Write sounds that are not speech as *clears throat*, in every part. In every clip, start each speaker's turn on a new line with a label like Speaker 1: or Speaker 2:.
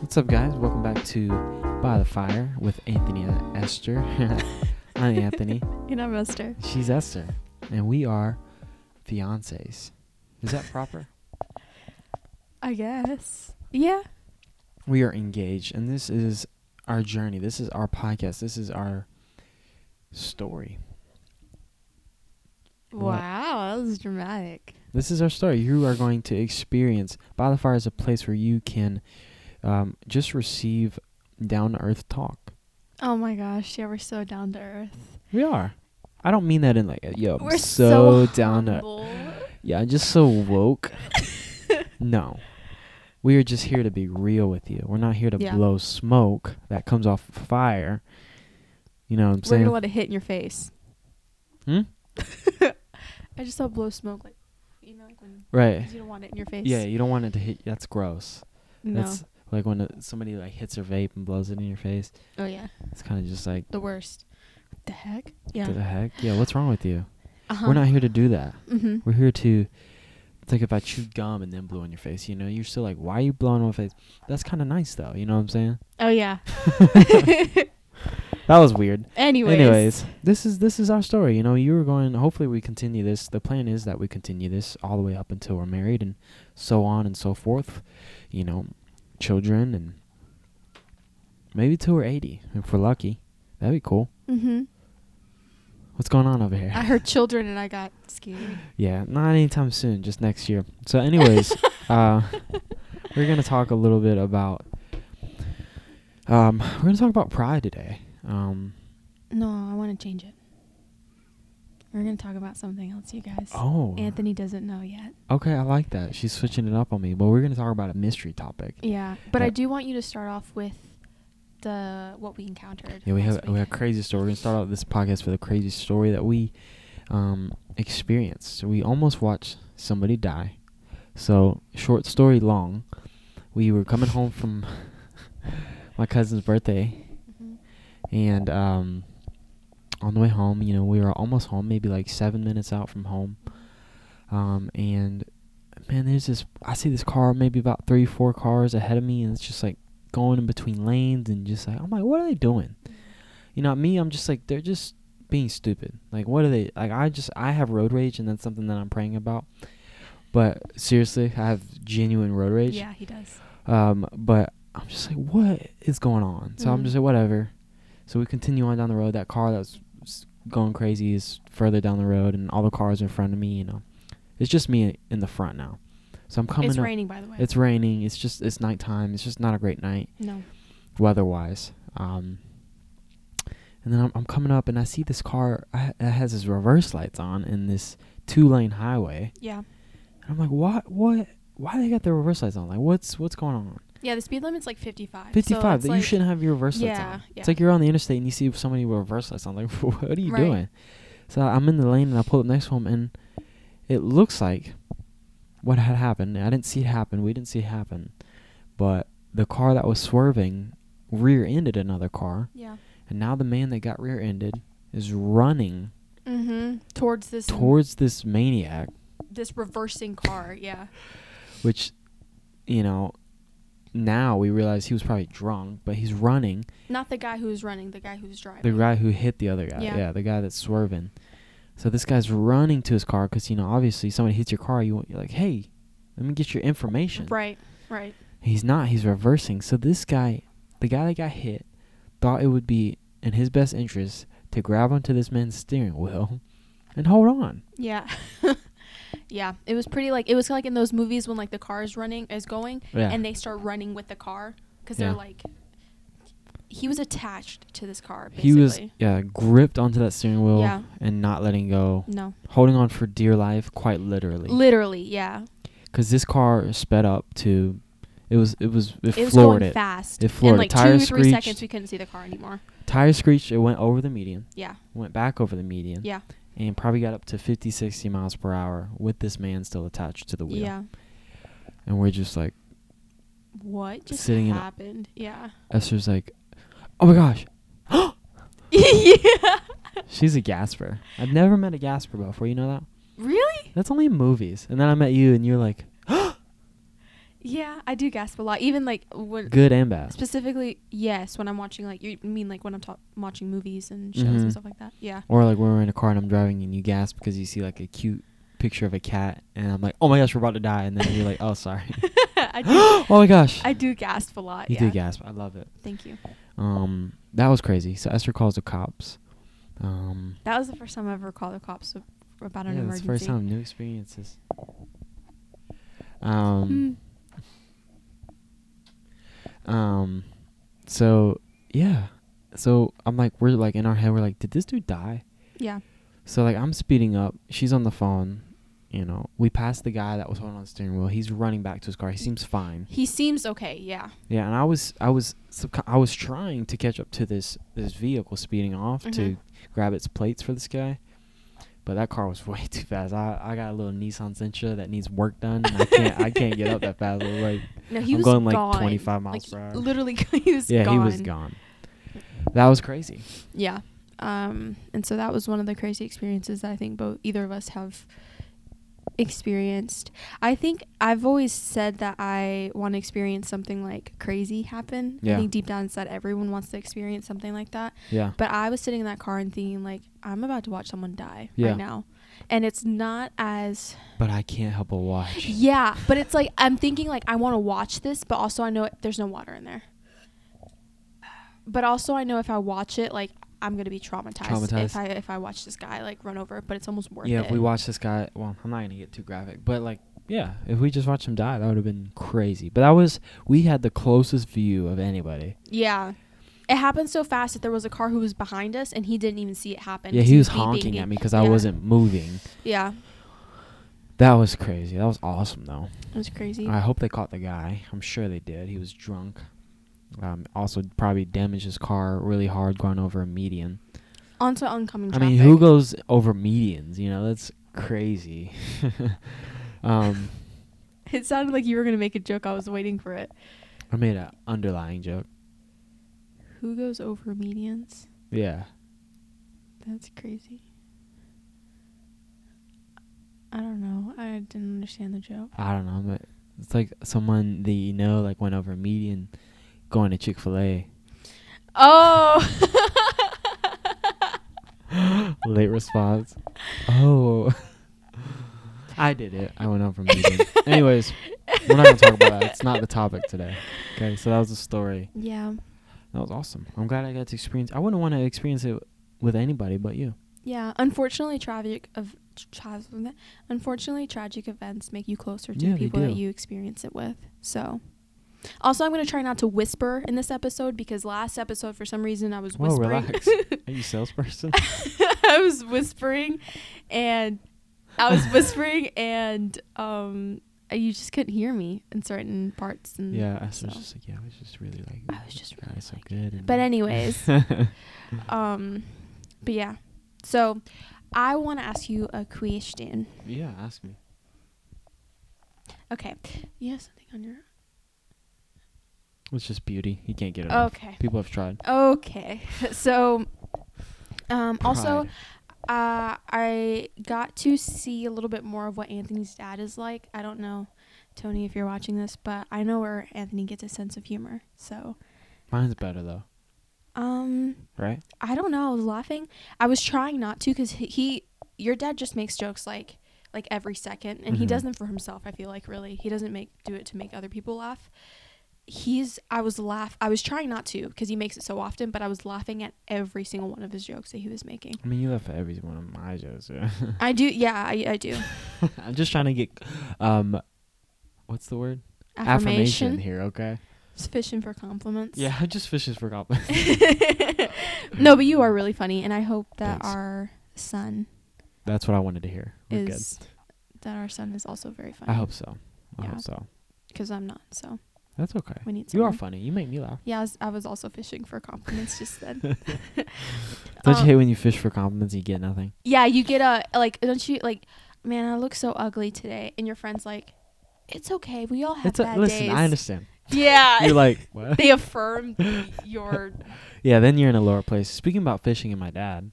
Speaker 1: What's up, guys? Welcome back to By the Fire with Anthony and *laughs* Esther. I'm Anthony.
Speaker 2: You know, Mister.
Speaker 1: She's Esther. And we are fiancés. Is that proper?
Speaker 2: I guess. Yeah.
Speaker 1: we are engaged, and this is our journey. This is our podcast. This is our story. What?
Speaker 2: Wow, that was dramatic.
Speaker 1: This is our story. You are going to experience. By the Fire is a place where you can um, just receive down to earth talk.
Speaker 2: Oh my gosh, yeah, we're so down to earth.
Speaker 1: We are. I don't mean that in like, a, yo, I'm
Speaker 2: we're
Speaker 1: so, down to
Speaker 2: humble.
Speaker 1: Yeah, I'm just so
Speaker 2: *laughs*
Speaker 1: woke. no. We are just here to be real with you. We're not here to
Speaker 2: Yeah.
Speaker 1: blow smoke that comes off of fire. You know what I'm
Speaker 2: We're
Speaker 1: saying?
Speaker 2: gonna let it hit in your face.
Speaker 1: Hmm?
Speaker 2: I just saw blow smoke, like you know, like when
Speaker 1: Right.
Speaker 2: 'cause you don't want it in your face.
Speaker 1: Eh. Yeah, you don't want it to hit. That's gross.
Speaker 2: No.
Speaker 1: That's like when uh, somebody like hits their vape and blows it in your face.
Speaker 2: oh yeah,
Speaker 1: It's kind of just like,
Speaker 2: the worst. What the heck?
Speaker 1: what
Speaker 2: Yeah.
Speaker 1: the heck? Yeah, what's wrong with you?
Speaker 2: Uh-huh.
Speaker 1: We're not here to do that.
Speaker 2: Mm-hmm.
Speaker 1: We're here to. It's like if I chewed gum and then blew in your face, you know, you're still like, why are you blowing on my face? That's kind of nice though, you know what I'm
Speaker 2: *laughs*
Speaker 1: saying? *laughs*
Speaker 2: Oh yeah.
Speaker 1: That was weird.
Speaker 2: *laughs* Anyways.
Speaker 1: Anyways, this is this is our story. You know, you were going. Hopefully, we continue this. The plan is that we continue this all the way up until we're married and so on and so forth. You know, children and maybe till we're eighty if we're lucky. That'd be cool.
Speaker 2: Mm-hmm.
Speaker 1: What's going on over
Speaker 2: I
Speaker 1: here?
Speaker 2: heard children and I got scared.
Speaker 1: Yeah, not anytime soon. Just next year. So,
Speaker 2: *laughs*
Speaker 1: anyways, uh, we're gonna talk a little bit about. Um, we're gonna talk about pride today. Um,
Speaker 2: No, I want to change it. We're gonna talk about something else, you guys.
Speaker 1: oh,
Speaker 2: Anthony doesn't know yet.
Speaker 1: Okay, I like that. She's switching it up on me, but we're gonna talk about a mystery topic.
Speaker 2: Yeah, but
Speaker 1: Yeah.
Speaker 2: I do want you to start off with the what we encountered.
Speaker 1: Yeah, we
Speaker 2: last
Speaker 1: have we have a
Speaker 2: weekend.
Speaker 1: crazy story. We're gonna start out this podcast with a crazy story that we um, experienced. We almost watched somebody die. So short story long, we were coming home from *laughs* my cousin's birthday,
Speaker 2: Mhm.
Speaker 1: and um, on the way home, you know, we were almost home, maybe like seven minutes out from home, um, and man, there's this. I see this car, maybe about three, four cars ahead of me, and it's just like going in between lanes, and just like I'm like, what are they doing? You know, me, I'm just like they're just being stupid. Like, what are they? Like, I just I have road rage, and that's something that I'm praying about. But seriously, I have genuine road rage.
Speaker 2: Yeah, he does.
Speaker 1: Um, but I'm just like, what is going on? So I'm
Speaker 2: Mhm.
Speaker 1: just like, whatever. So we continue on down the road. That car that was s- going crazy is further down the road, and all the cars in front of me. You know, it's just me in the front now. So I'm coming.
Speaker 2: it's
Speaker 1: up-
Speaker 2: raining, by the way.
Speaker 1: It's raining. It's just it's nighttime. It's just not a great night
Speaker 2: no.
Speaker 1: weather-wise. Um, and then I'm, I'm coming up, and I see this car I, ha- that has his reverse lights on in this two-lane highway.
Speaker 2: Yeah,
Speaker 1: And I'm like, what? What? Why they got their reverse lights on? Like, what's what's going on?
Speaker 2: yeah. The speed limit's like fifty-five. so
Speaker 1: 55
Speaker 2: it's
Speaker 1: that you
Speaker 2: like-
Speaker 1: shouldn't have your reverse lights
Speaker 2: Yeah,
Speaker 1: on.
Speaker 2: yeah.
Speaker 1: It's like you're on the interstate and you see somebody with reverse lights on. Like, *laughs* what are you
Speaker 2: Right.
Speaker 1: doing? So I'm in the lane and I pull up next to him and it looks like what had happened. I didn't see it happen. We didn't see it happen. But the car that was swerving rear ended another car.
Speaker 2: Yeah.
Speaker 1: And now the man that got rear ended is running
Speaker 2: Mm-hmm. Towards this.
Speaker 1: towards this maniac,
Speaker 2: this reversing car. Yeah.
Speaker 1: which, you know, now we realize he was probably drunk, but he's running
Speaker 2: Not the guy who's running. The guy who's driving.
Speaker 1: The guy who hit the other guy. Yeah.
Speaker 2: Yeah.
Speaker 1: the guy that's swerving. So this guy's running to his car because you know obviously somebody hits your car. You want- you're like, hey, let me get your information.
Speaker 2: Right. Right.
Speaker 1: He's not. He's reversing. So this guy, the guy that got hit, thought it would be in his best interest to grab onto this man's steering wheel *laughs* and hold on.
Speaker 2: Yeah. *laughs* yeah. It was pretty like it was like in those movies when like the car is running is going
Speaker 1: Yeah.
Speaker 2: and they start running with the car because
Speaker 1: Yeah.
Speaker 2: they're like he was attached to this car basically.
Speaker 1: he was yeah gripped onto that steering wheel
Speaker 2: Yeah.
Speaker 1: and not letting go,
Speaker 2: no
Speaker 1: holding on for dear life, quite literally.
Speaker 2: literally yeah
Speaker 1: Because this car sped up to, it was it was it,
Speaker 2: it was
Speaker 1: floored
Speaker 2: going
Speaker 1: it.
Speaker 2: fast
Speaker 1: It floored it.
Speaker 2: and like
Speaker 1: Tires
Speaker 2: two three seconds
Speaker 1: screeched.
Speaker 2: we couldn't see the car anymore
Speaker 1: Tire screeched. It went over the median.
Speaker 2: yeah
Speaker 1: Went back over the median.
Speaker 2: yeah
Speaker 1: And probably got up to 50, 60 miles per hour with this man still attached to the wheel.
Speaker 2: yeah
Speaker 1: And we're just like,
Speaker 2: what just
Speaker 1: Sitting in a-
Speaker 2: happened
Speaker 1: *laughs*
Speaker 2: yeah *laughs*
Speaker 1: Esther's like, oh my gosh.
Speaker 2: yeah
Speaker 1: She's a gasper. I've never met a gasper before. You know that?
Speaker 2: really
Speaker 1: That's only in movies. And then I met you and you're like,
Speaker 2: Yeah, I do gasp a lot. Even like when
Speaker 1: Good and bad.
Speaker 2: specifically, yes, when I'm watching like you mean like when I'm ta- watching movies and shows
Speaker 1: Mhm.
Speaker 2: and stuff like that. Yeah.
Speaker 1: Or like when we're in a car and I'm driving and you gasp because you see like a cute picture of a cat and I'm like, oh my gosh, we're about to die, and then you're like, oh
Speaker 2: *laughs*
Speaker 1: sorry. *gasps*
Speaker 2: I
Speaker 1: oh
Speaker 2: do.
Speaker 1: my gosh.
Speaker 2: I do gasp a lot.
Speaker 1: You
Speaker 2: yeah.
Speaker 1: do gasp. I love it.
Speaker 2: Thank you.
Speaker 1: Um, that was crazy. So Esther calls the cops. Um,
Speaker 2: That was the first time I ever called the cops ab- about an
Speaker 1: yeah, that's the
Speaker 2: emergency.
Speaker 1: first time. New experiences. Um,
Speaker 2: Hmm.
Speaker 1: um, so yeah, so I'm like, we're like in our head, we're like, did this dude die?
Speaker 2: Yeah.
Speaker 1: So like, I'm speeding up. She's on the phone. You know, we passed the guy that was holding on the steering wheel. He's running back to his car. He seems fine.
Speaker 2: He seems okay. Yeah.
Speaker 1: Yeah, and I was I was subco- I was trying to catch up to this this vehicle speeding off to
Speaker 2: Mhm.
Speaker 1: grab its plates for this guy, but that car was *laughs* way too fast. I, I got a little Nissan Sentra that needs work done, and I can't I can't get up that fast. I was like,
Speaker 2: No, he
Speaker 1: I'm
Speaker 2: was
Speaker 1: going, like,
Speaker 2: gone.
Speaker 1: 25 miles
Speaker 2: Like,
Speaker 1: per hour.
Speaker 2: Literally, *laughs* he was
Speaker 1: yeah,
Speaker 2: gone.
Speaker 1: he was gone. That was crazy.
Speaker 2: Yeah. Um, and so that was one of the crazy experiences that I think both either of us have experienced. I think I've always said that I want to experience something like crazy happen.
Speaker 1: Yeah.
Speaker 2: I think deep down inside everyone wants to experience something like that.
Speaker 1: Yeah,
Speaker 2: But I was sitting in that car and thinking like I'm about to watch someone die
Speaker 1: Yeah.
Speaker 2: right now. And it's not as
Speaker 1: but I can't help but watch.
Speaker 2: *laughs* yeah, but it's like I'm thinking like I want to watch this, but also I know it, there's no water in there. But also I know if I watch it, like I'm gonna be traumatized,
Speaker 1: Traumatized.
Speaker 2: if I if I watch this guy like run over. But it's almost worth
Speaker 1: yeah,
Speaker 2: it.
Speaker 1: if we watch this guy, well, I'm not gonna get too graphic, but like, yeah, if we just watched him die, that would have been crazy. But that was we had the closest view of anybody.
Speaker 2: Yeah, it happened so fast that there was a car who was behind us and he didn't even see it happen.
Speaker 1: Yeah,
Speaker 2: 'cause
Speaker 1: he was
Speaker 2: beeping
Speaker 1: honking
Speaker 2: and-
Speaker 1: at me because I
Speaker 2: yeah.
Speaker 1: wasn't moving.
Speaker 2: Yeah,
Speaker 1: That was crazy. That was awesome, though.
Speaker 2: it was crazy.
Speaker 1: I hope they caught the guy. I'm sure they did. He was drunk. Um, also, probably damaged his car really hard going over a median.
Speaker 2: Onto oncoming
Speaker 1: I
Speaker 2: traffic.
Speaker 1: mean, who goes over medians? You know, that's crazy. *laughs* um,
Speaker 2: *laughs* It sounded like you were gonna make a joke. I was waiting for it.
Speaker 1: I made an underlying joke.
Speaker 2: Who goes over medians?
Speaker 1: Yeah.
Speaker 2: That's crazy. I don't know. I didn't understand the joke.
Speaker 1: I don't know. But it's like someone that you know, like, went over a median going to Chick fil A.
Speaker 2: Oh.
Speaker 1: Late response. Oh. *laughs* I did it. I went on from
Speaker 2: *laughs*
Speaker 1: meeting. Anyways, we're not going to talk about that. It's not the topic today. Okay, so that was a story.
Speaker 2: *laughs* yeah.
Speaker 1: That was awesome. I'm glad I got to experience I wouldn't want to experience it with anybody but you.
Speaker 2: Yeah. Unfortunately, tragic of tra- unfortunately tragic events make you closer to
Speaker 1: Yeah,
Speaker 2: the
Speaker 1: they
Speaker 2: people that
Speaker 1: do.
Speaker 2: you experience it with. So. Also, I'm going to try not to whisper in this episode because last episode, for some reason, I was
Speaker 1: Whoa,
Speaker 2: whispering.
Speaker 1: Oh,
Speaker 2: *laughs*
Speaker 1: relax. Are you salesperson?
Speaker 2: I was whispering and I was
Speaker 1: *laughs*
Speaker 2: whispering and um you just couldn't hear me in certain parts and
Speaker 1: yeah, I was
Speaker 2: so.
Speaker 1: just like, yeah, I was just really like
Speaker 2: I was just really
Speaker 1: guys are
Speaker 2: like-
Speaker 1: good. and-
Speaker 2: But anyways, um but yeah. So I want to ask you a question.
Speaker 1: *laughs* yeah, ask me.
Speaker 2: Okay. You have something on your
Speaker 1: It's just beauty. You can't get it off.
Speaker 2: Okay.
Speaker 1: People have tried.
Speaker 2: Okay. *laughs* So um also
Speaker 1: Pride.
Speaker 2: uh I got to see a little bit more of what Anthony's dad is like. I don't know Tony if you're watching this, but I know where Anthony gets his sense of humor. So
Speaker 1: mine's better though,
Speaker 2: Um,
Speaker 1: right?
Speaker 2: I don't know. I was laughing. I was trying not to because he, he, your dad just makes jokes like, like every second, and he
Speaker 1: Mhm.
Speaker 2: does them for himself. I feel like really, he doesn't make do it to make other people laugh. He's. I was laugh. I was trying not to because he makes it so often, but I was laughing at every single one of his jokes that he was making.
Speaker 1: I mean, you left for every one of my jokes. *laughs* yeah.
Speaker 2: I do. Yeah, I, I
Speaker 1: *laughs*
Speaker 2: do.
Speaker 1: I'm just trying to get, um, what's the word?
Speaker 2: Affirmation.
Speaker 1: here, okay?
Speaker 2: It's fishing for compliments.
Speaker 1: Yeah, I'm just fishing for compliments.
Speaker 2: *laughs* no, but you are really funny, and I hope that
Speaker 1: Thanks.
Speaker 2: our son
Speaker 1: *laughs* That's what I wanted to hear. We're good.
Speaker 2: is that our son is also very funny.
Speaker 1: I hope so. I
Speaker 2: Yeah.
Speaker 1: hope so.
Speaker 2: because I'm not. So
Speaker 1: That's okay.
Speaker 2: we need.
Speaker 1: You
Speaker 2: Someone.
Speaker 1: are funny. You make me laugh.
Speaker 2: Yeah, I was, I was also fishing for compliments just
Speaker 1: *laughs*
Speaker 2: then.
Speaker 1: Don't you
Speaker 2: Um,
Speaker 1: hate when you fish for compliments and you get nothing?
Speaker 2: yeah, you get a like. Don't you like? Man, I look so ugly today, and your friends like, it's okay. We all have
Speaker 1: It's a,
Speaker 2: bad
Speaker 1: listen,
Speaker 2: days.
Speaker 1: I
Speaker 2: *laughs*
Speaker 1: understand.
Speaker 2: Yeah,
Speaker 1: You're like, what?
Speaker 2: *laughs* they affirmed your.
Speaker 1: yeah, then you're in a lower place. Speaking about fishing and my dad,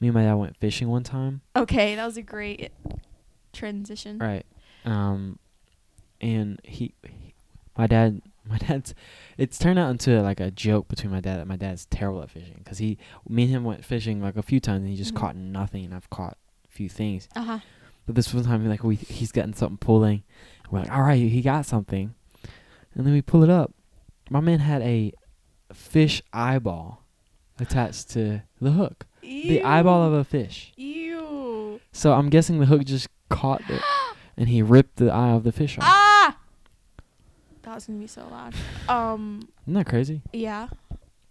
Speaker 1: me and my dad went fishing one time.
Speaker 2: Okay, that was a great transition.
Speaker 1: Right. Um, and he, he my dad *laughs* my dad's it's turned out into like a joke between my dad that my dad's terrible at fishing because he me and him went fishing like a few times and he just
Speaker 2: Mhm.
Speaker 1: caught nothing and I've caught a few things
Speaker 2: Uh huh.
Speaker 1: but this one time like we he's gotten something pulling and we're like all right he got something and then we pull it up my man had a fish eyeball attached to the hook the eyeball of a fish *gasps*
Speaker 2: Ew.
Speaker 1: so I'm guessing the hook just caught it and he ripped the eye of the fish off
Speaker 2: Ah. *gasps* That was gonna be so loud. Um.
Speaker 1: isn't that crazy
Speaker 2: Yeah.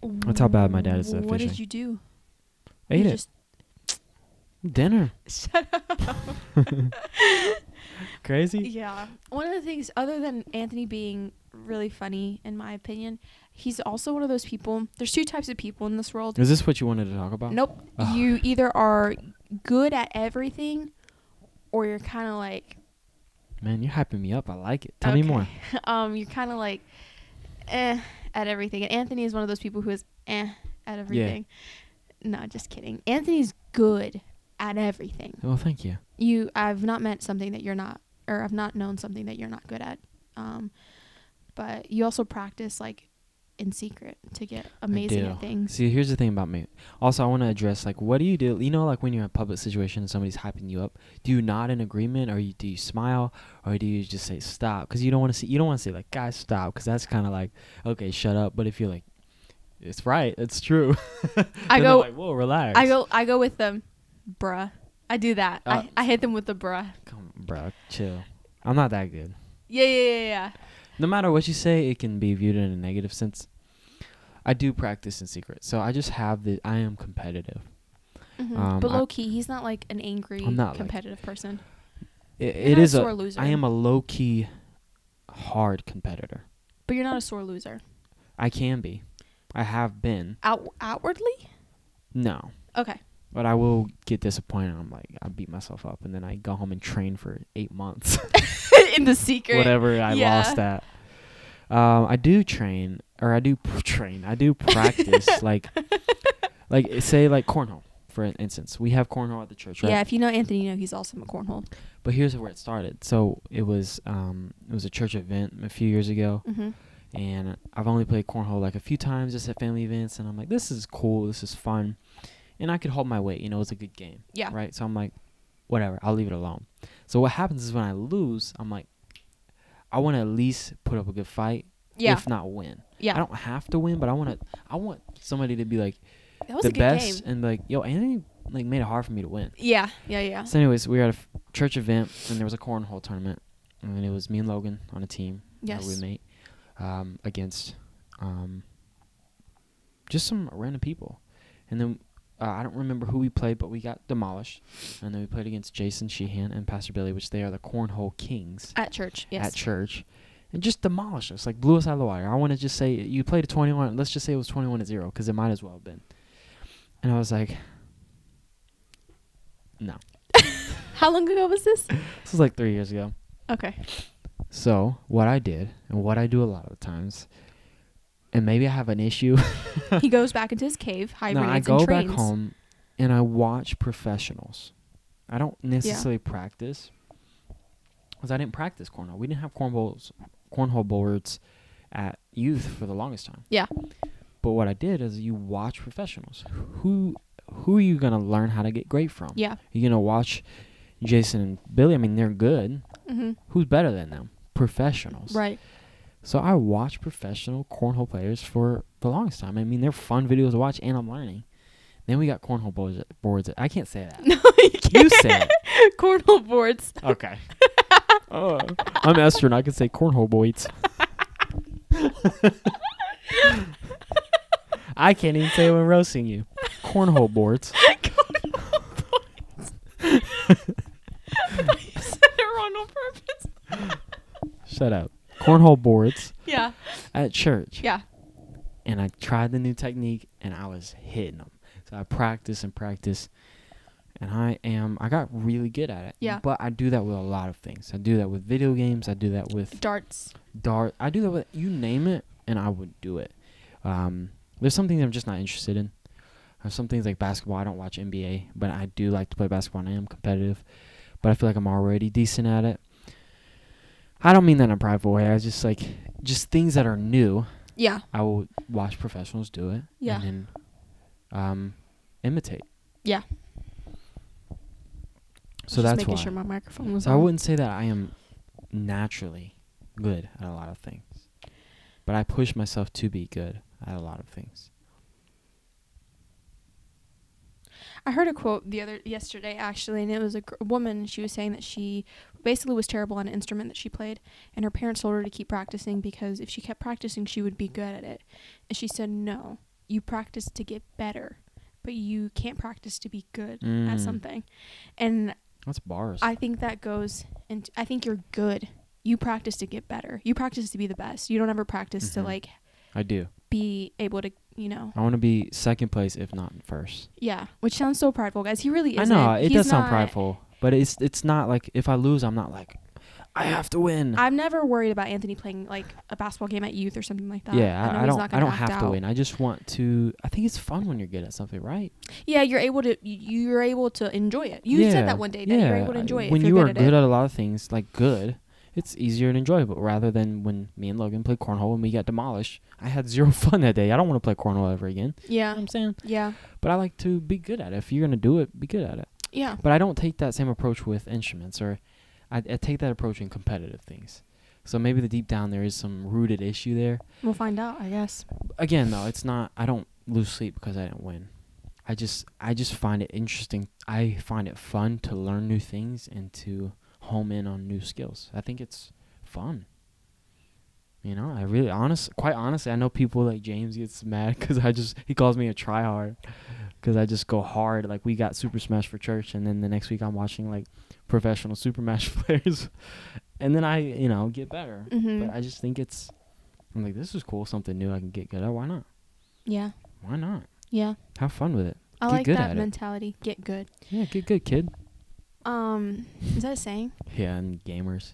Speaker 1: That's how bad my dad is at
Speaker 2: What did
Speaker 1: fishing.
Speaker 2: you do?
Speaker 1: ate it
Speaker 2: you Just *laughs*
Speaker 1: dinner *laughs* crazy
Speaker 2: Yeah. One of the things, other than Anthony being really funny, in my opinion, he's also one of those people. There's two types of people in this world.
Speaker 1: is this what you wanted to talk about
Speaker 2: Nope.
Speaker 1: Ugh.
Speaker 2: You either are good at everything or you're kind of like. *laughs*
Speaker 1: Man, you're hyping me up. I like it. Tell me
Speaker 2: okay.
Speaker 1: more.
Speaker 2: um, you're kind of like eh at everything. And Anthony is one of those people who is eh at everything. No, just kidding. Anthony's good at everything.
Speaker 1: Well, thank you.
Speaker 2: you I've not meant something that you're not or I've not known something that you're not good at. Um but you also practice like in secret to get amazing
Speaker 1: do.
Speaker 2: at things.
Speaker 1: See, here's the thing about me. Also, I want to address like, what do you do? You know, like when you're in a public situation and somebody's hyping you up, do you nod in agreement, or you, do you smile, or do you just say stop? Because you don't want to see. You don't want to say like, guys, stop, because that's kind of like, okay, shut up. But if you're like, it's right, it's true. *laughs*
Speaker 2: I
Speaker 1: then they're
Speaker 2: go
Speaker 1: like, whoa, relax.
Speaker 2: I go I go with them, bruh. I do that.
Speaker 1: Uh,
Speaker 2: I, I hit them with the bruh.
Speaker 1: come, bro, chill. I'm not that good.
Speaker 2: Yeah, yeah, yeah, yeah.
Speaker 1: No matter what you say, it can be viewed in a negative sense. I do practice in secret, so I just have the. I am competitive.
Speaker 2: Mhm.
Speaker 1: Um,
Speaker 2: but
Speaker 1: I-
Speaker 2: low key, he's not like an angry,
Speaker 1: I'm not like-
Speaker 2: competitive person.
Speaker 1: It,
Speaker 2: You're
Speaker 1: it
Speaker 2: not
Speaker 1: is
Speaker 2: a
Speaker 1: a.
Speaker 2: sore loser.
Speaker 1: I am a low key, hard competitor.
Speaker 2: But you're not a sore loser.
Speaker 1: I can be. I have been.
Speaker 2: Out outwardly?
Speaker 1: No,
Speaker 2: Okay. *laughs*
Speaker 1: but I will get disappointed. I'm like, I beat myself up, and then I go home and train for eight months. *laughs*
Speaker 2: in the secret.
Speaker 1: Whatever I
Speaker 2: Yeah.
Speaker 1: lost at. Um, I do train, or I do p- train. I do
Speaker 2: *laughs*
Speaker 1: practice, like, like say like cornhole, for instance. We have cornhole at the church, right?
Speaker 2: Yeah, if you know Anthony, you know he's awesome at cornhole.
Speaker 1: But here's where it started. So it was um, it was a church event a few years ago,
Speaker 2: Mhm.
Speaker 1: and I've only played cornhole like a few times just at family events, and I'm like, this is cool, this is fun, and I could hold my weight. You know, it's a good game,
Speaker 2: Yeah.
Speaker 1: right? So I'm like, whatever, I'll leave it alone. So what happens is when I lose, I'm like, I want to at least put up a good fight,
Speaker 2: Yeah.
Speaker 1: if not win.
Speaker 2: yeah.
Speaker 1: I don't have to win, but I want to. I want somebody to be like
Speaker 2: That was
Speaker 1: the
Speaker 2: a good
Speaker 1: best
Speaker 2: game.
Speaker 1: and like, yo, Anthony like made it hard for me to win.
Speaker 2: Yeah, yeah, yeah.
Speaker 1: So, anyways, we were at a f- church event, and there was a cornhole tournament, and it was me and Logan on a team,
Speaker 2: Yes.
Speaker 1: our roommate, um, against um, just some random people, and then uh, I don't remember who we played, but we got demolished, and then we played against Jason Sheehan and Pastor Billy, which they are the cornhole kings
Speaker 2: At church, yes.
Speaker 1: at church, and just demolished us, like blew us out of the water. I want to just say you played a twenty-one. Let's just say it was twenty-one to zero, because it might as well have been. And I was like, no,
Speaker 2: How long ago was
Speaker 1: *laughs*
Speaker 2: this?
Speaker 1: this was like three years ago.
Speaker 2: Okay.
Speaker 1: *laughs* So what I did and what I do a lot of the times, and maybe I have an issue. *laughs*
Speaker 2: he goes back into his cave,
Speaker 1: no,
Speaker 2: hibernates,
Speaker 1: I go
Speaker 2: and
Speaker 1: back
Speaker 2: trains.
Speaker 1: home and I watch professionals. I don't necessarily practice because I didn't practice cornhole. We didn't have cornholes, cornhole boards at youth for the longest time.
Speaker 2: Yeah.
Speaker 1: But what I did is you watch professionals. Who who are you gonna learn how to get great from?
Speaker 2: Yeah.
Speaker 1: You're gonna watch Jason and Billy. I mean, they're good.
Speaker 2: hmm
Speaker 1: Who's better than them? Professionals.
Speaker 2: Right. *laughs*
Speaker 1: So I watch professional cornhole players for the longest time. I mean, they're fun videos to watch, and I'm learning. Then we got cornhole boards. boards I can't say
Speaker 2: *laughs*
Speaker 1: that.
Speaker 2: No, you can't.
Speaker 1: You say it.
Speaker 2: *laughs* Cornhole boards. *laughs*
Speaker 1: Okay. *laughs* oh, I'm Esther, and I can say cornhole boards. *laughs* I can't even say when roasting you. Cornhole boards.
Speaker 2: Cornhole boards. *laughs* I thought you said it wrong on purpose. *laughs*
Speaker 1: Shut up. Cornhole boards *laughs*
Speaker 2: Yeah.
Speaker 1: at church.
Speaker 2: Yeah.
Speaker 1: and I tried the new technique and I was hitting them. So I practice and practice, and I am I got really good at it.
Speaker 2: Yeah.
Speaker 1: But I do that with a lot of things. I do that with video games. I do that with
Speaker 2: Darts.
Speaker 1: dart. I do that with you name it, and I would do it. Um, there's some things I'm just not interested in. There's some things like basketball. I don't watch NBA, but I do like to play basketball. and I am competitive, but I feel like I'm already decent at it. I don't mean that in a prideful way. I was just like just things that are new.
Speaker 2: Yeah.
Speaker 1: I will watch professionals do it.
Speaker 2: Yeah.
Speaker 1: And then, um, imitate.
Speaker 2: Yeah.
Speaker 1: So
Speaker 2: Just
Speaker 1: that's
Speaker 2: making
Speaker 1: why.
Speaker 2: sure my microphone was
Speaker 1: So I
Speaker 2: on.
Speaker 1: wouldn't say that I am naturally good at a lot of things, but I push myself to be good at a lot of things.
Speaker 2: I heard a quote the other yesterday actually, and it was a gr- woman. She was saying that she basically was terrible on an instrument that she played, and her parents told her to keep practicing because if she kept practicing, she would be good at it. And she said, "No, you practice to get better, but you can't practice to be good
Speaker 1: Mm.
Speaker 2: at something." And
Speaker 1: That's bars.
Speaker 2: I think that goes, and I think you're good. You practice to get better. You practice to be the best. You don't ever practice
Speaker 1: Mhm.
Speaker 2: to like
Speaker 1: I do.
Speaker 2: be able to, you know.
Speaker 1: I want to be second place, if not in first.
Speaker 2: Yeah, which sounds so prideful, guys. He really
Speaker 1: I
Speaker 2: is.
Speaker 1: know it
Speaker 2: He's
Speaker 1: does sound
Speaker 2: not-
Speaker 1: prideful, but it's it's not like if I lose, I'm not like I have to win.
Speaker 2: I'm never worried about Anthony playing like a basketball game at youth or something like that.
Speaker 1: yeah,
Speaker 2: know
Speaker 1: I, I
Speaker 2: he's
Speaker 1: don't.
Speaker 2: not
Speaker 1: I
Speaker 2: gonna
Speaker 1: don't
Speaker 2: act
Speaker 1: have to
Speaker 2: out.
Speaker 1: win. I just want to. I think it's fun when you're good at something, right?
Speaker 2: Yeah, you're able to. you- You're able to enjoy it. You
Speaker 1: Yeah,
Speaker 2: said that one day that you're able to
Speaker 1: I-
Speaker 2: enjoy it
Speaker 1: When
Speaker 2: if
Speaker 1: you
Speaker 2: you're
Speaker 1: are
Speaker 2: good,
Speaker 1: good
Speaker 2: at,
Speaker 1: at a lot of things, like good, it's easier and enjoyable rather than when me and Logan played cornhole and we got demolished. I had zero *laughs* fun that day. I don't want to play cornhole ever again.
Speaker 2: it.
Speaker 1: You know what
Speaker 2: Yeah,
Speaker 1: I'm saying?
Speaker 2: yeah,
Speaker 1: But I like to be good at it. If you're going to do it, be good at it.
Speaker 2: yeah.
Speaker 1: But I don't take that same approach with instruments or I, I take that approach in competitive things. So maybe the deep down there is some rooted issue there.
Speaker 2: We'll find out, I guess.
Speaker 1: Again, though, it's not I don't lose sleep because I didn't win. I just I just find it interesting. I find it fun to learn new things and to home in on new skills. I think it's fun. You know, I really honest, quite honestly, I know people like James gets mad *laughs* because I just he calls me a tryhard because I just go hard. Like we got Super Smash for church, and then the next week I'm watching like professional Super Smash *laughs* players, and then I you know get better.
Speaker 2: Mhm.
Speaker 1: But I just think it's I'm like this is cool, something new I can get good at. Why not?
Speaker 2: Yeah,
Speaker 1: Why not?
Speaker 2: yeah.
Speaker 1: Have fun with it.
Speaker 2: I
Speaker 1: Get
Speaker 2: like
Speaker 1: good
Speaker 2: that
Speaker 1: at it.
Speaker 2: mentality. Get good.
Speaker 1: Yeah, get good, kid.
Speaker 2: Um, is that a saying?
Speaker 1: Yeah, and gamers.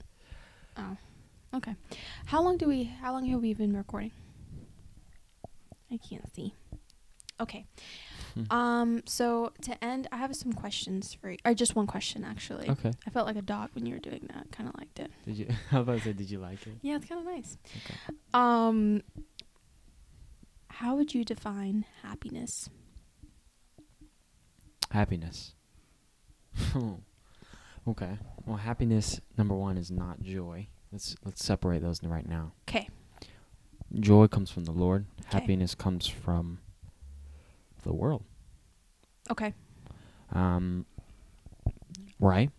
Speaker 2: Oh, okay. How long do we? How long have we been recording? I can't see. Okay.
Speaker 1: Hmm.
Speaker 2: Um. So to end, I have some questions for you, or just one question actually.
Speaker 1: Okay.
Speaker 2: I felt like a dog when you were doing that. Kind of liked it.
Speaker 1: Did you? *laughs* I was about to say, did you like it?
Speaker 2: Yeah, it's kind of nice.
Speaker 1: Okay.
Speaker 2: Um. How would you define happiness?
Speaker 1: Happiness. *laughs* okay. Well, happiness number one is not joy. Let's let's separate those n- right now.
Speaker 2: Okay.
Speaker 1: Joy comes from the Lord.
Speaker 2: 'Kay.
Speaker 1: Happiness comes from the world.
Speaker 2: Okay.
Speaker 1: Um. Right.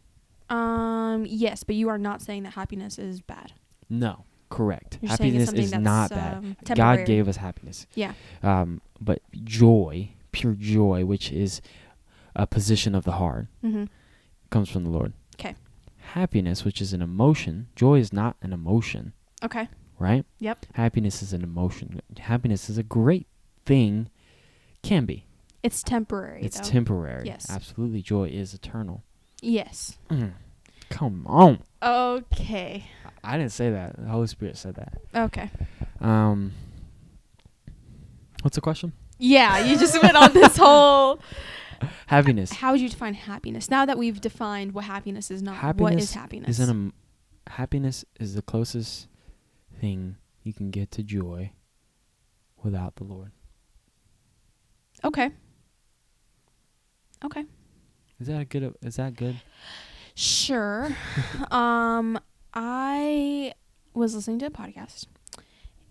Speaker 2: Um. Yes, but you are not saying that happiness is bad.
Speaker 1: No. Correct.
Speaker 2: You're saying
Speaker 1: happiness
Speaker 2: it's something
Speaker 1: is
Speaker 2: that's
Speaker 1: not bad.
Speaker 2: um, temporary.
Speaker 1: God gave us happiness.
Speaker 2: Yeah.
Speaker 1: Um. But joy, pure joy, which is a position of the heart.
Speaker 2: Mm-hmm.
Speaker 1: comes from the Lord.
Speaker 2: 'Kay.
Speaker 1: Happiness, which is an emotion, joy is not an emotion,
Speaker 2: Okay.
Speaker 1: right?
Speaker 2: Yep.
Speaker 1: Happiness is an emotion. Happiness is a great thing, can be.
Speaker 2: It's temporary.
Speaker 1: It's
Speaker 2: though.
Speaker 1: temporary.
Speaker 2: Yes.
Speaker 1: Absolutely, joy is eternal. *clears throat*
Speaker 2: Yes.
Speaker 1: Mm. Come on.
Speaker 2: Okay.
Speaker 1: I didn't say that. The Holy Spirit said that.
Speaker 2: Okay.
Speaker 1: Um, what's the question?
Speaker 2: Yeah, you *laughs* just went on this whole.
Speaker 1: Happiness
Speaker 2: How would you define happiness? Now that we've defined what happiness is not, what
Speaker 1: Happiness
Speaker 2: is happiness?
Speaker 1: is an em- happiness is the closest thing you can get to joy without the Lord.
Speaker 2: okay. Okay.
Speaker 1: Is that a good? Is that good?
Speaker 2: Sure. um, I was listening to a podcast,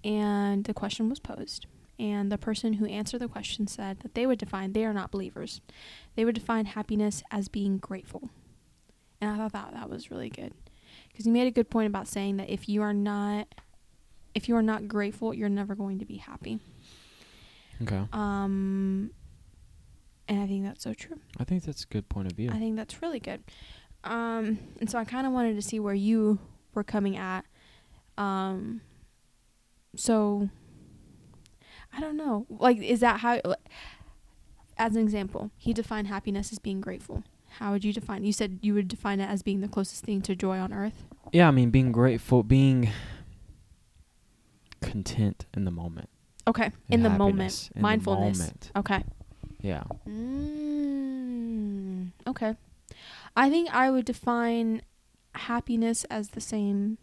Speaker 2: and the question was posed, and the person who answered the question said that they would define they are not believers, they would define happiness as being grateful, and I thought that that was really good, because you made a good point about saying that if you are not, if you are not grateful, you're never going to be happy.
Speaker 1: Okay.
Speaker 2: Um, and I think that's so true.
Speaker 1: I think that's a good point of view.
Speaker 2: I think that's really good. Um, and so I kind of wanted to see where you were coming at. Um, so I don't know. Like, is that how? li- As an example, he defined happiness as being grateful. How would you define? You said you would define it as being the closest thing to joy on earth.
Speaker 1: yeah, I mean, being grateful, being content in the moment.
Speaker 2: Okay, in
Speaker 1: and
Speaker 2: the
Speaker 1: happiness
Speaker 2: moment,
Speaker 1: in the
Speaker 2: mindfulness.
Speaker 1: moment.
Speaker 2: Okay.
Speaker 1: Yeah.
Speaker 2: Mm, okay. I think I would define happiness as the same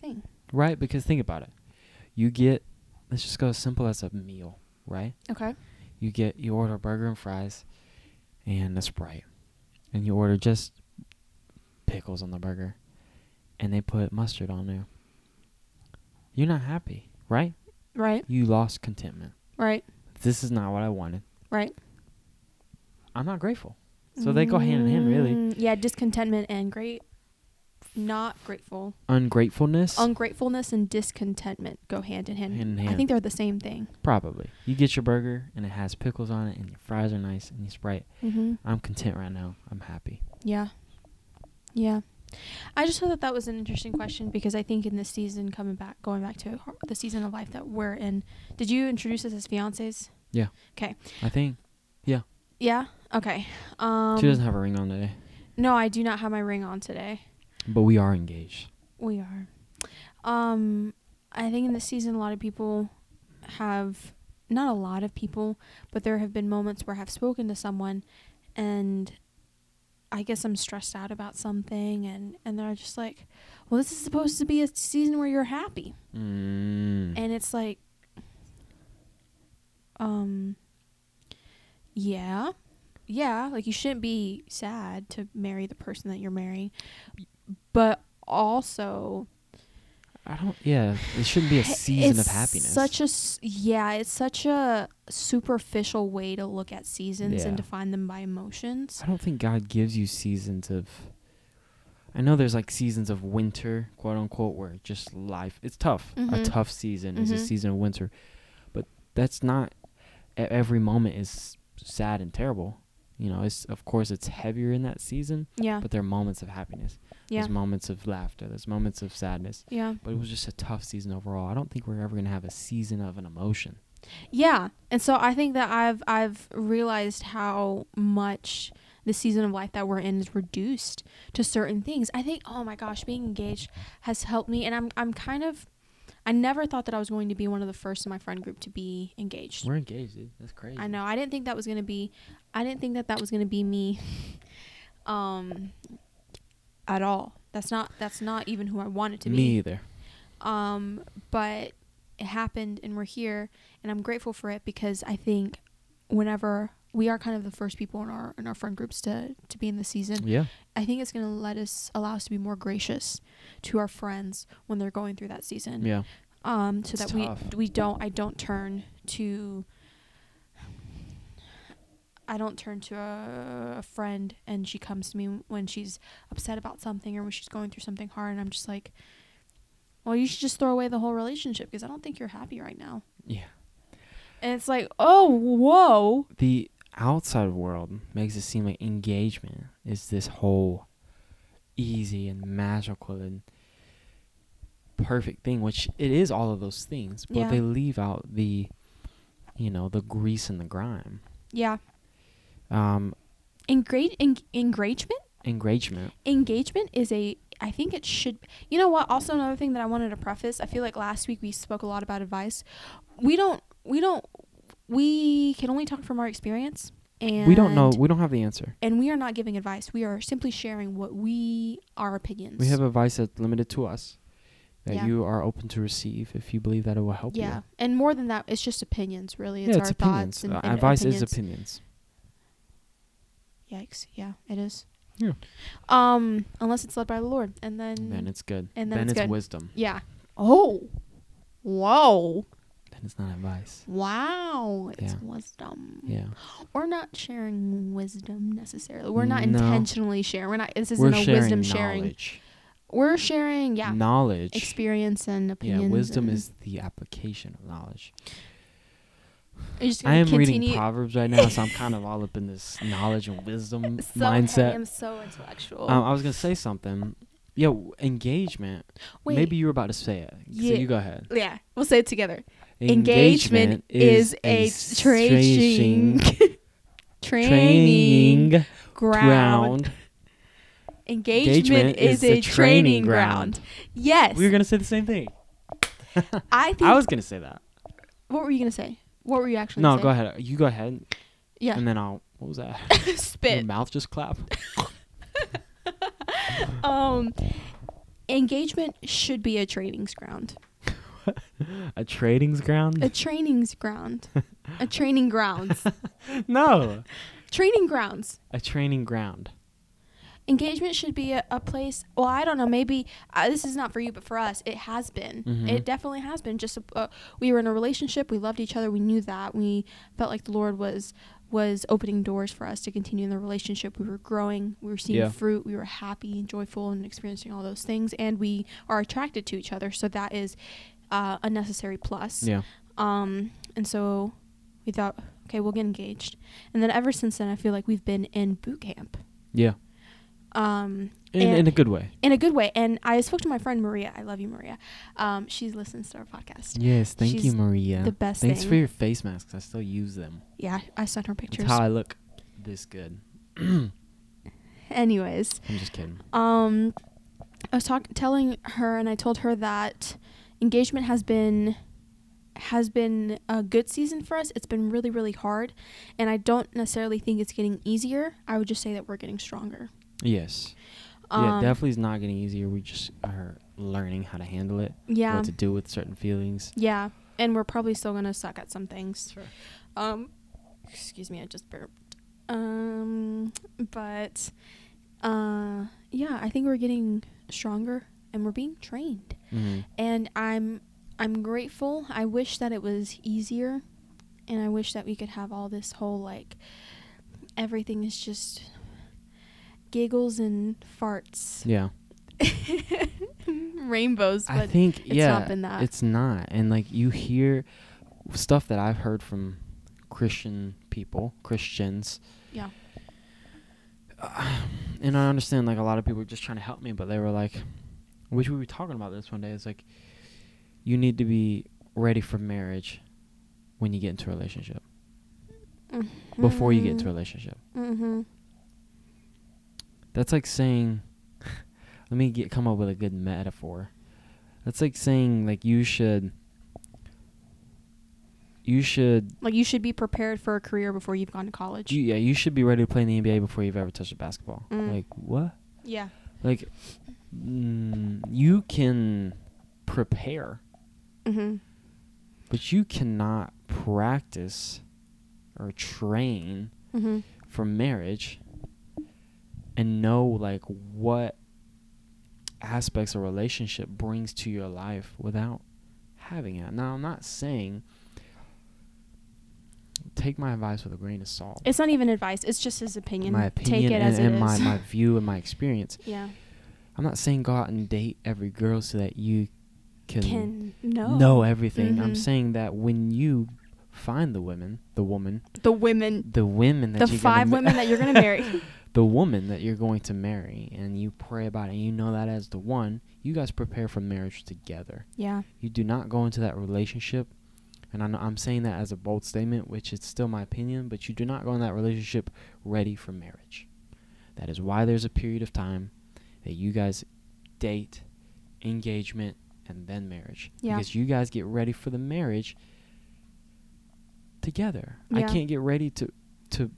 Speaker 2: thing.
Speaker 1: Right? Because think about it. You get let's just go as simple as a meal, right?
Speaker 2: Okay.
Speaker 1: You get you order a burger and fries and a Sprite. And you order just pickles on the burger and they put mustard on there. You're not happy, right?
Speaker 2: Right.
Speaker 1: You lost contentment.
Speaker 2: Right.
Speaker 1: This is not what I wanted.
Speaker 2: Right.
Speaker 1: I'm not grateful. So they go hand in hand, really.
Speaker 2: Mm, Yeah, discontentment and great not grateful.
Speaker 1: Ungratefulness,
Speaker 2: Ungratefulness and discontentment go hand in hand.
Speaker 1: Hand in
Speaker 2: I
Speaker 1: hand.
Speaker 2: think they're the same thing.
Speaker 1: probably. You get your burger and it has pickles on it, and your fries are nice, and your Sprite.
Speaker 2: Mhm.
Speaker 1: I'm content right now. I'm happy.
Speaker 2: Yeah. Yeah. I just thought that that was an interesting question because I think in this season, coming back, going back to har- the season of life that we're in, did you introduce us as fiancés?
Speaker 1: Yeah.
Speaker 2: Okay.
Speaker 1: I think
Speaker 2: Yeah. Okay. Um,
Speaker 1: she doesn't have a ring on today,
Speaker 2: no, I do not have my ring on today.
Speaker 1: but we are engaged.
Speaker 2: We are. Um, I think in this season, a lot of people have not a lot of people, but there have been moments where I've spoken to someone, and I guess I'm stressed out about something, and and they're just like, "Well, this is supposed to be a season where you're happy,"
Speaker 1: Mm.
Speaker 2: and it's like, um, yeah, yeah, like you shouldn't be sad to marry the person that you're marrying, but also
Speaker 1: I don't. Yeah, it shouldn't
Speaker 2: *laughs*
Speaker 1: be a season of
Speaker 2: it's
Speaker 1: happiness.
Speaker 2: Such a s- yeah, it's such a superficial way to look at seasons
Speaker 1: Yeah.
Speaker 2: and define them by emotions.
Speaker 1: I don't think God gives you seasons of. I know there's like seasons of winter, quote unquote, where just life it's tough.
Speaker 2: Mhm.
Speaker 1: A tough season is a
Speaker 2: Mhm.
Speaker 1: season of winter, but that's not. e- Every moment is sad and terrible. You know, it's of course it's heavier in that season,
Speaker 2: Yeah,
Speaker 1: but there are moments of happiness.
Speaker 2: yeah,
Speaker 1: There's moments of laughter. There's moments of sadness.
Speaker 2: yeah,
Speaker 1: But it was just a tough season overall. I don't think we're ever gonna have a season of an emotion.
Speaker 2: yeah. And so I think that I've I've realized how much the season of life that we're in is reduced to certain things. I think oh my gosh, being engaged has helped me, and I'm I'm kind of. I never thought that I was going to be one of the first in my friend group to be engaged.
Speaker 1: We're engaged, dude. That's crazy.
Speaker 2: I know. I didn't think that was gonna be. I didn't think that that was gonna be me. *laughs* um, at all. That's not. That's not even who I wanted to
Speaker 1: Me
Speaker 2: be.
Speaker 1: either.
Speaker 2: Um, but it happened, and we're here, and I'm grateful for it because I think whenever we are kind of the first people in our in our friend groups to to be in the season,
Speaker 1: Yeah.
Speaker 2: I think it's gonna let us allow us to be more gracious to our friends when they're going through that season
Speaker 1: Yeah.
Speaker 2: um, so
Speaker 1: It's
Speaker 2: that
Speaker 1: tough.
Speaker 2: we we don't I don't turn to I don't turn to a, a friend and she comes to me when she's upset about something or when she's going through something hard and I'm just like, well, you should just throw away the whole relationship because I don't think you're happy right now.
Speaker 1: Yeah.
Speaker 2: And it's like, oh, whoa,
Speaker 1: the outside world makes it seem like engagement is this whole easy and magical and perfect thing, which it is all of those things, but
Speaker 2: Yeah.
Speaker 1: they leave out the, you know, the grease and the grime.
Speaker 2: yeah,
Speaker 1: Um,
Speaker 2: Engra- en- engagement.
Speaker 1: engagement.
Speaker 2: engagement is a I think it should you know what also another thing that I wanted to preface I feel like last week we spoke a lot about advice we don't we don't we can only talk from our experience and
Speaker 1: we don't know. We don't have the answer.
Speaker 2: and we are not giving advice we are simply sharing what we our opinions
Speaker 1: We have advice that's limited to us that
Speaker 2: Yeah.
Speaker 1: you are open to receive if you believe that it will help
Speaker 2: yeah
Speaker 1: you.
Speaker 2: and more than that it's just opinions really it's
Speaker 1: yeah,
Speaker 2: our
Speaker 1: it's opinions.
Speaker 2: thoughts and,
Speaker 1: Uh,
Speaker 2: and
Speaker 1: advice
Speaker 2: opinions.
Speaker 1: is opinions.
Speaker 2: yikes yeah it is
Speaker 1: Yeah.
Speaker 2: um unless it's led by the Lord and then
Speaker 1: Then it's good.
Speaker 2: and then it's
Speaker 1: it's
Speaker 2: good.
Speaker 1: wisdom.
Speaker 2: yeah oh whoa
Speaker 1: Then it's not advice.
Speaker 2: Wow, it's
Speaker 1: Yeah.
Speaker 2: wisdom.
Speaker 1: Yeah.
Speaker 2: We're not sharing wisdom necessarily. We're not
Speaker 1: No.
Speaker 2: intentionally sharing. We're not. This isn't a wisdom sharing.
Speaker 1: knowledge.
Speaker 2: We're sharing, yeah,
Speaker 1: Knowledge.
Speaker 2: experience Mm-hmm. and
Speaker 1: yeah,
Speaker 2: opinions.
Speaker 1: wisdom
Speaker 2: and-
Speaker 1: is the application of knowledge.
Speaker 2: You're just
Speaker 1: I
Speaker 2: gonna
Speaker 1: am
Speaker 2: continue.
Speaker 1: reading Proverbs right now, so I'm kind of all up in this knowledge and wisdom
Speaker 2: *laughs* So, Hey,
Speaker 1: mindset.
Speaker 2: I'm so intellectual.
Speaker 1: Um, I was going to say something. Yeah, w- engagement.
Speaker 2: Wait.
Speaker 1: Maybe you were about to say it.
Speaker 2: Yeah.
Speaker 1: So you go ahead.
Speaker 2: yeah, we'll say it together. Engagement is a tracing- Training,
Speaker 1: *laughs* training
Speaker 2: ground.
Speaker 1: ground.
Speaker 2: Engagement,
Speaker 1: Engagement is
Speaker 2: is, a
Speaker 1: the training
Speaker 2: training ground.
Speaker 1: ground.
Speaker 2: Yes.
Speaker 1: We were going to say the same thing.
Speaker 2: I think.
Speaker 1: I was going to say that.
Speaker 2: what were you gonna say? What were you actually?
Speaker 1: No,
Speaker 2: gonna
Speaker 1: go
Speaker 2: say?
Speaker 1: ahead. You go ahead, and
Speaker 2: *laughs* Yeah.
Speaker 1: then I'll. What was that?
Speaker 2: *laughs*
Speaker 1: Your
Speaker 2: Spit.
Speaker 1: mouth just clap.
Speaker 2: um engagement should be a trainings ground
Speaker 1: a trading's ground? *laughs*
Speaker 2: A training's ground. a training grounds.
Speaker 1: no,
Speaker 2: Training grounds.
Speaker 1: a training ground.
Speaker 2: Engagement should be a, a place. Well, I don't know. Maybe uh, this is not for you, but for us, it has been.
Speaker 1: Mhm.
Speaker 2: It definitely has been. Just a, uh, we were in a relationship. We loved each other. We knew that. We felt like the Lord was was opening doors for us to continue in the relationship. We were growing. We were seeing
Speaker 1: Yeah.
Speaker 2: fruit. We were happy and joyful and experiencing all those things. And we are attracted to each other. So that is uh, a necessary plus.
Speaker 1: Yeah.
Speaker 2: Um, and so we thought, okay, we'll get engaged. And then ever since then, I feel like we've been in boot camp.
Speaker 1: Yeah.
Speaker 2: Um,
Speaker 1: In,
Speaker 2: And-
Speaker 1: in a good way.
Speaker 2: in a good way. And I spoke to my friend Maria. I love you, Maria. Um, she listens to our podcast.
Speaker 1: Yes, thank you,
Speaker 2: She's
Speaker 1: Maria.
Speaker 2: the best
Speaker 1: Thanks for
Speaker 2: thing.
Speaker 1: your face masks. I still use them.
Speaker 2: Yeah, I sent her
Speaker 1: That's
Speaker 2: pictures.
Speaker 1: how I look this good. I'm
Speaker 2: Anyways,
Speaker 1: just kidding.
Speaker 2: um, I was talk- telling her, and I told her that engagement has been has been a good season for us. It's been really, really hard, and I don't necessarily think it's getting easier. I would just say that we're getting stronger. Um,
Speaker 1: Yes. Um, yeah, definitely is not getting easier. We just are learning how to handle it,
Speaker 2: Yeah.
Speaker 1: what to do with certain feelings.
Speaker 2: Yeah, and we're probably still gonna suck at some things. Um, excuse me, I just burped. Um, but uh, yeah, I think we're getting stronger and we're being trained,
Speaker 1: Mhm.
Speaker 2: and I'm I'm grateful. I wish that it was easier, and I wish that we could have all this whole like everything is just giggles and farts,
Speaker 1: Yeah.
Speaker 2: *laughs* rainbows. But
Speaker 1: I think
Speaker 2: it's
Speaker 1: yeah,
Speaker 2: not been that.
Speaker 1: it's not, and like you hear stuff that I've heard from Christian people, Christians,
Speaker 2: yeah,
Speaker 1: *sighs* and I understand like a lot of people were just trying to help me, but they were like, which we were talking about this one day. It's like you need to be ready for marriage when you get into a relationship, before you get into a
Speaker 2: Mm.
Speaker 1: relationship.
Speaker 2: Mm-hmm.
Speaker 1: That's like saying, *laughs* let me get come up with a good metaphor. That's like saying like you should. You should
Speaker 2: Like you should be prepared for a career before you've gone to college.
Speaker 1: You, yeah, you should be ready to play in the NBA before you've ever touched a basketball.
Speaker 2: Mm.
Speaker 1: Like what?
Speaker 2: yeah.
Speaker 1: Like mm, you can prepare,
Speaker 2: Mm-hmm.
Speaker 1: but you cannot practice or train
Speaker 2: Mm-hmm.
Speaker 1: for marriage and know like what aspects a relationship brings to your life without having it. Now, I'm not saying take my advice with a grain of salt.
Speaker 2: It's not even advice. It's just his opinion.
Speaker 1: my opinion
Speaker 2: Take it
Speaker 1: and,
Speaker 2: as it
Speaker 1: and
Speaker 2: is.
Speaker 1: my,
Speaker 2: *laughs*
Speaker 1: my view and my experience.
Speaker 2: yeah.
Speaker 1: I'm not saying go out and date every girl so that you can,
Speaker 2: Can no.
Speaker 1: know everything. I'm
Speaker 2: Mhm.
Speaker 1: saying that when you find the women, the woman,
Speaker 2: The women.
Speaker 1: the women that
Speaker 2: The
Speaker 1: you're gonna
Speaker 2: five
Speaker 1: ma-
Speaker 2: women that you're
Speaker 1: *laughs*
Speaker 2: gonna marry.
Speaker 1: the woman that you're going to marry, and you pray about it, and you know that as the one, you guys prepare for marriage together.
Speaker 2: Yeah.
Speaker 1: You do not go into that relationship, and I know I'm saying that as a bold statement, which is still my opinion, but you do not go in that relationship ready for marriage. That is why there's a period of time that you guys date, engagement, and then marriage.
Speaker 2: Yeah.
Speaker 1: Because you guys get ready for the marriage together. I
Speaker 2: Yeah.
Speaker 1: can't get ready to to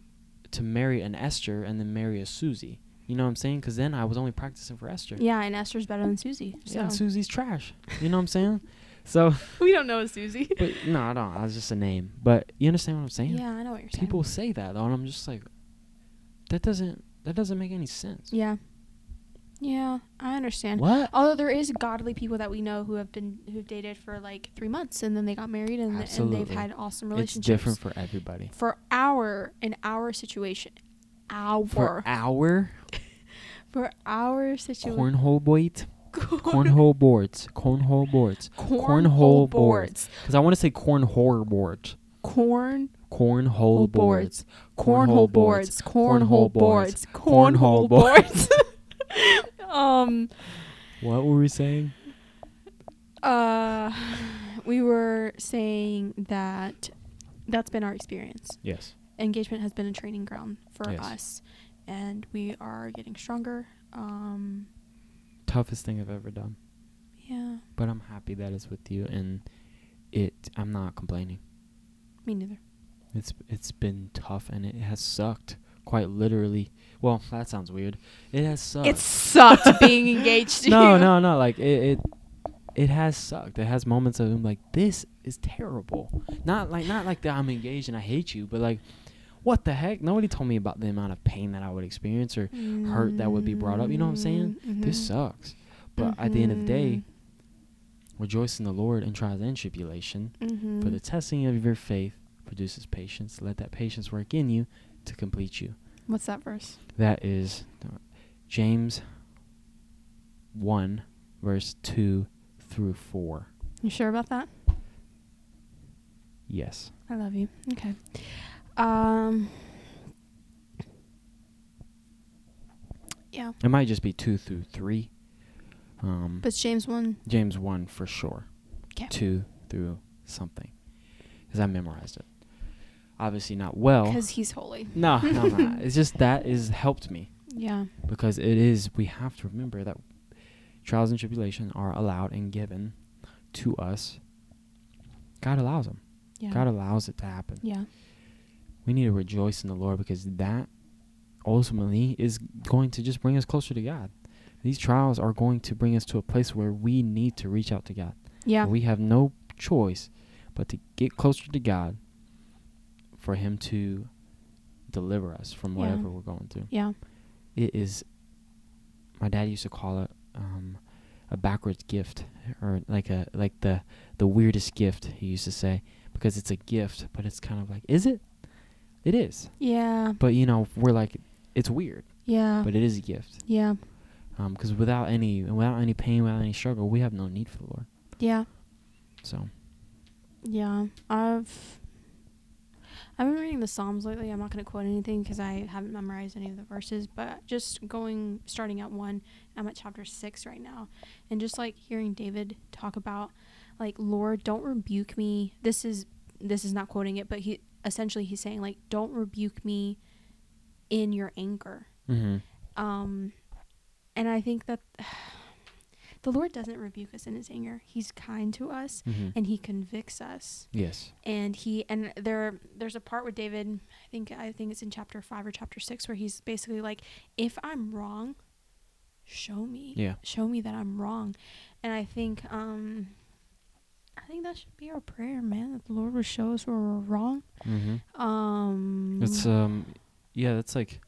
Speaker 1: to marry an Esther and then marry a Susie. You know what I'm saying? Because then I was only practicing for Esther.
Speaker 2: Yeah, and Esther's better than Susie. So.
Speaker 1: Yeah, Susie's trash. You know what I'm saying? So,
Speaker 2: we don't know a Susie. *laughs*
Speaker 1: but no, I don't. I was just a name. But you understand what I'm saying?
Speaker 2: Yeah, I know what you're saying.
Speaker 1: People say that though, and I'm just like, that doesn't that doesn't make any sense.
Speaker 2: Yeah. Yeah, I understand.
Speaker 1: What?
Speaker 2: Although there is godly people that we know who have been who've dated for like three months and then they got married and, th- and they've
Speaker 1: Absolutely.
Speaker 2: had awesome
Speaker 1: It's
Speaker 2: relationships.
Speaker 1: different for everybody.
Speaker 2: for our in our situation our
Speaker 1: For
Speaker 2: for,
Speaker 1: our
Speaker 2: our situation
Speaker 1: cornhole
Speaker 2: *laughs*
Speaker 1: board, cornhole boards, cornhole boards, cornhole boards. Because I want to say cornhole boards,
Speaker 2: corn
Speaker 1: cornhole boards,
Speaker 2: cornhole boards cornhole boards
Speaker 1: cornhole
Speaker 2: cornhole boards *laughs* um
Speaker 1: What were we saying?
Speaker 2: uh we were saying that that's been our experience
Speaker 1: Yes.
Speaker 2: engagement has been a training ground for
Speaker 1: Yes.
Speaker 2: us and we are getting stronger um
Speaker 1: Toughest thing I've ever done,
Speaker 2: yeah
Speaker 1: but I'm happy that it's with you, and it. I'm not complaining.
Speaker 2: me neither
Speaker 1: It's it's been tough and it has sucked quite literally. Well, that sounds weird. It has sucked.
Speaker 2: *laughs* it sucked being engaged to
Speaker 1: no,
Speaker 2: you.
Speaker 1: no, no. Like it, it, it has sucked. It has moments of I'm like, this is terrible. Not like not like that I'm engaged and I hate you, but like, what the heck? Nobody told me about the amount of pain that I would experience or hurt that would be brought up. You know what I'm saying? This
Speaker 2: Mhm.
Speaker 1: sucks. But at the end of the day,
Speaker 2: Mhm. Mm-hmm.
Speaker 1: rejoice in the Lord in trials and tribulation. For the
Speaker 2: Mhm.
Speaker 1: testing of your faith produces patience. Let that patience work in you to complete you.
Speaker 2: What's that verse?
Speaker 1: That is uh, James 1, verse 2 through 4.
Speaker 2: You sure about that?
Speaker 1: Yes.
Speaker 2: I love you. Okay. Um. Yeah,
Speaker 1: It might just be 2 through 3. Um,
Speaker 2: but James one.
Speaker 1: James 1 for sure.
Speaker 2: 'Kay.
Speaker 1: 2 through something. Because I memorized it. Obviously not well.
Speaker 2: Because he's holy. *laughs*
Speaker 1: No, no, no. It's just that is helped me.
Speaker 2: Yeah.
Speaker 1: because it is we have to remember that trials and tribulation are allowed and given to us god allows them
Speaker 2: Yeah.
Speaker 1: god allows it to happen
Speaker 2: Yeah.
Speaker 1: we need to rejoice in the lord because that ultimately is going to just bring us closer to god these trials are going to bring us to a place where we need to reach out to god
Speaker 2: Yeah.
Speaker 1: we have no choice but to get closer to god for him to deliver us from
Speaker 2: Yeah.
Speaker 1: whatever we're going through
Speaker 2: yeah.
Speaker 1: it is my dad used to call it um, a backwards gift or like a like the the weirdest gift he used to say because it's a gift but it's kind of like is it it is
Speaker 2: Yeah.
Speaker 1: but you know we're like it's weird
Speaker 2: Yeah.
Speaker 1: but it is a gift
Speaker 2: yeah.
Speaker 1: because without any without any pain without any struggle we have no need for the lord
Speaker 2: Yeah.
Speaker 1: so
Speaker 2: Yeah. I've I've been reading the Psalms lately. I'm not going to quote anything because I haven't memorized any of the verses, but just going starting at 1, I'm at chapter 6 right now. And just like hearing David talk about like Lord, don't rebuke me. This is this is not quoting it, but he essentially he's saying like don't rebuke me in your anger.
Speaker 1: mm-hmm.
Speaker 2: Um, and I think that *sighs* the Lord doesn't rebuke us in his anger. He's kind to us
Speaker 1: Mm-hmm.
Speaker 2: and he convicts us.
Speaker 1: yes
Speaker 2: And he and there there's a part with David, I think I think it's in chapter 5 or chapter 6 where he's basically like if I'm wrong, show me.
Speaker 1: Yeah.
Speaker 2: Show me that I'm wrong. And I think um I think that should be our prayer, man, that the Lord would show us where we're wrong.
Speaker 1: mm-hmm.
Speaker 2: Um
Speaker 1: It's um, yeah, that's like,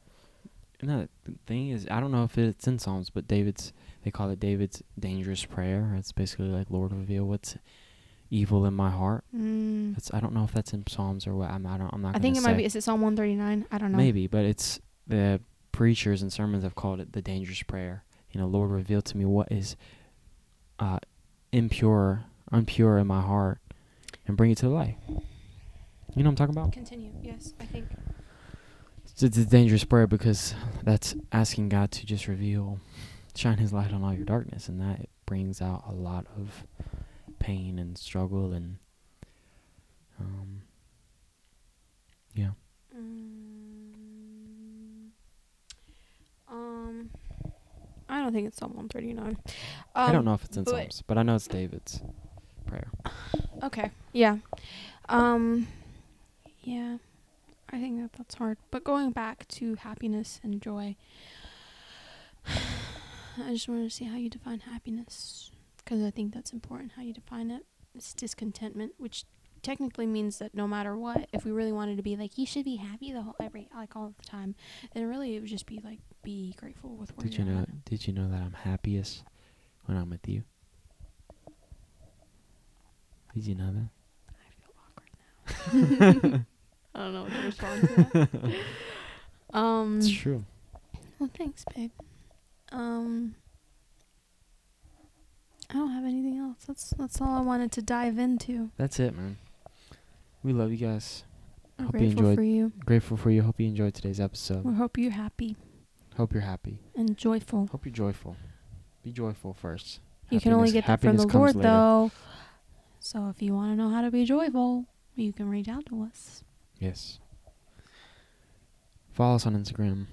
Speaker 1: no, the thing is, I don't know if it's in Psalms, but David's they call it David's dangerous prayer. It's basically like Lord, reveal what's evil in my heart.
Speaker 2: mm,
Speaker 1: That's I don't know if that's in Psalms or what. I'm I don't I'm not.
Speaker 2: I
Speaker 1: gonna
Speaker 2: think it might
Speaker 1: say.
Speaker 2: be is it Psalm 139? I don't know.
Speaker 1: maybe, but it's the preachers and sermons have called it the dangerous prayer. You know, Lord, reveal to me what is, uh, impure, unpure in my heart, and bring it to the light. You know what I'm talking about?
Speaker 2: Continue. Yes, I think.
Speaker 1: It's, it's a dangerous prayer because that's asking God to just reveal, shine His light on all your darkness, and that brings out a lot of pain and struggle and, um, yeah.
Speaker 2: Mm, um, I don't think it's Psalm 139. Um,
Speaker 1: I don't know if it's in
Speaker 2: but-
Speaker 1: Psalms, but I know it's David's prayer.
Speaker 2: Okay. Yeah. Um, yeah. I think that that's hard. But going back to happiness and joy, *sighs* I just wanted to see how you define happiness because I think that's important how you define it. It's discontentment, which technically means that no matter what, if we really wanted to be like you should be happy the whole every like all the time, then really it would just be like be grateful with where
Speaker 1: Did you
Speaker 2: you're
Speaker 1: know?
Speaker 2: at.
Speaker 1: Did you know that I'm happiest when I'm with you? Did you know that?
Speaker 2: I feel awkward now. *laughs* I don't know what to respond to. That. Um,
Speaker 1: It's true.
Speaker 2: Well, thanks, babe. Um, I don't have anything else. That's that's all I wanted to dive into.
Speaker 1: That's it, man. We love you guys.
Speaker 2: We're
Speaker 1: Hope you
Speaker 2: grateful
Speaker 1: enjoyed-
Speaker 2: for you.
Speaker 1: Grateful for you. Hope you enjoyed today's episode.
Speaker 2: We hope you're happy
Speaker 1: Hope you're happy.
Speaker 2: and joyful.
Speaker 1: Hope you're joyful. Be joyful first.
Speaker 2: You can only
Speaker 1: Happiness-
Speaker 2: get that from
Speaker 1: happiness
Speaker 2: the
Speaker 1: comes
Speaker 2: Lord,
Speaker 1: later.
Speaker 2: though. So if you want to know how to be joyful, you can reach out to us.
Speaker 1: Yes. Follow us on Instagram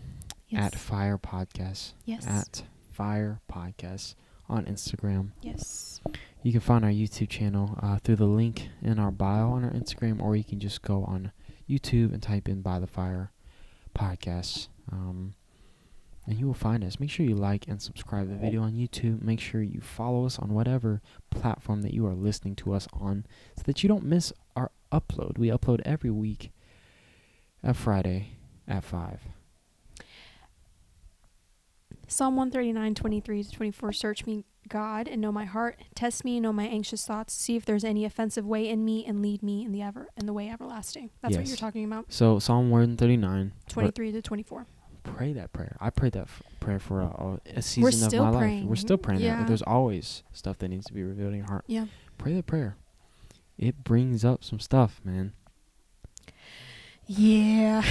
Speaker 2: Yes.
Speaker 1: at Fire Podcast.
Speaker 2: yes.
Speaker 1: At Fire Podcast on Instagram.
Speaker 2: yes.
Speaker 1: You can find our YouTube channel uh, through the link in our bio on our Instagram, or you can just go on YouTube and type in By the Fire Podcast. Um, and you will find us. Make sure you like and subscribe the video on YouTube. Make sure you follow us on whatever platform that you are listening to us on so that you don't miss our upload. We upload every week at Friday at 5.
Speaker 2: Psalm 139, 23 to 24. Search me, God, and know my heart. Test me and know my anxious thoughts. See if there's any offensive way in me, and lead me in the ever in the way everlasting. That's what
Speaker 1: Yes.
Speaker 2: you're talking about.
Speaker 1: So, Psalm 139. We're-
Speaker 2: 23 to 24.
Speaker 1: pray that prayer. I prayed that f- prayer for a, a season
Speaker 2: still
Speaker 1: of my life. We're
Speaker 2: praying.
Speaker 1: still praying
Speaker 2: Yeah.
Speaker 1: that. There's always stuff that needs to be revealed in your heart.
Speaker 2: Yeah.
Speaker 1: Pray that prayer. It brings up some stuff,
Speaker 2: *laughs*
Speaker 1: man.
Speaker 2: Yeah.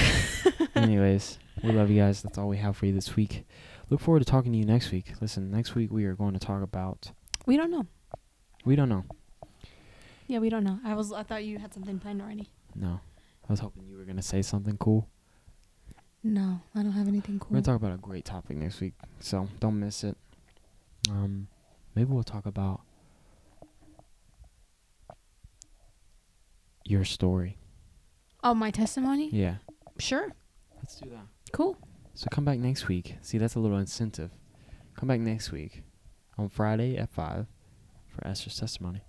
Speaker 1: Anyways, we love you guys. That's all we have for you this week. Look forward to talking to you next week. Listen, next week we are going to talk about
Speaker 2: We don't know.
Speaker 1: we don't know.
Speaker 2: Yeah, we don't know. I was I thought you had something planned already.
Speaker 1: No. I was hoping you were gonna say something cool.
Speaker 2: No, I don't have anything cool.
Speaker 1: We're gonna talk about a great topic next week, so don't miss it. Um maybe we'll talk about your story.
Speaker 2: oh, my testimony?
Speaker 1: Yeah.
Speaker 2: Sure.
Speaker 1: Let's do that.
Speaker 2: Cool.
Speaker 1: So come back next week. See, that's a little incentive. Come back next week on Friday at 5 for Esther's testimony.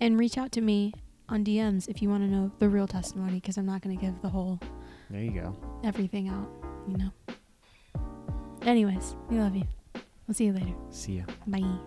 Speaker 2: And reach out to me on DMs if you want to know the real testimony cuz I'm not going to give the whole
Speaker 1: There you go.
Speaker 2: everything out, you know. Anyways, we love you. We'll see you later.
Speaker 1: See ya.
Speaker 2: Bye.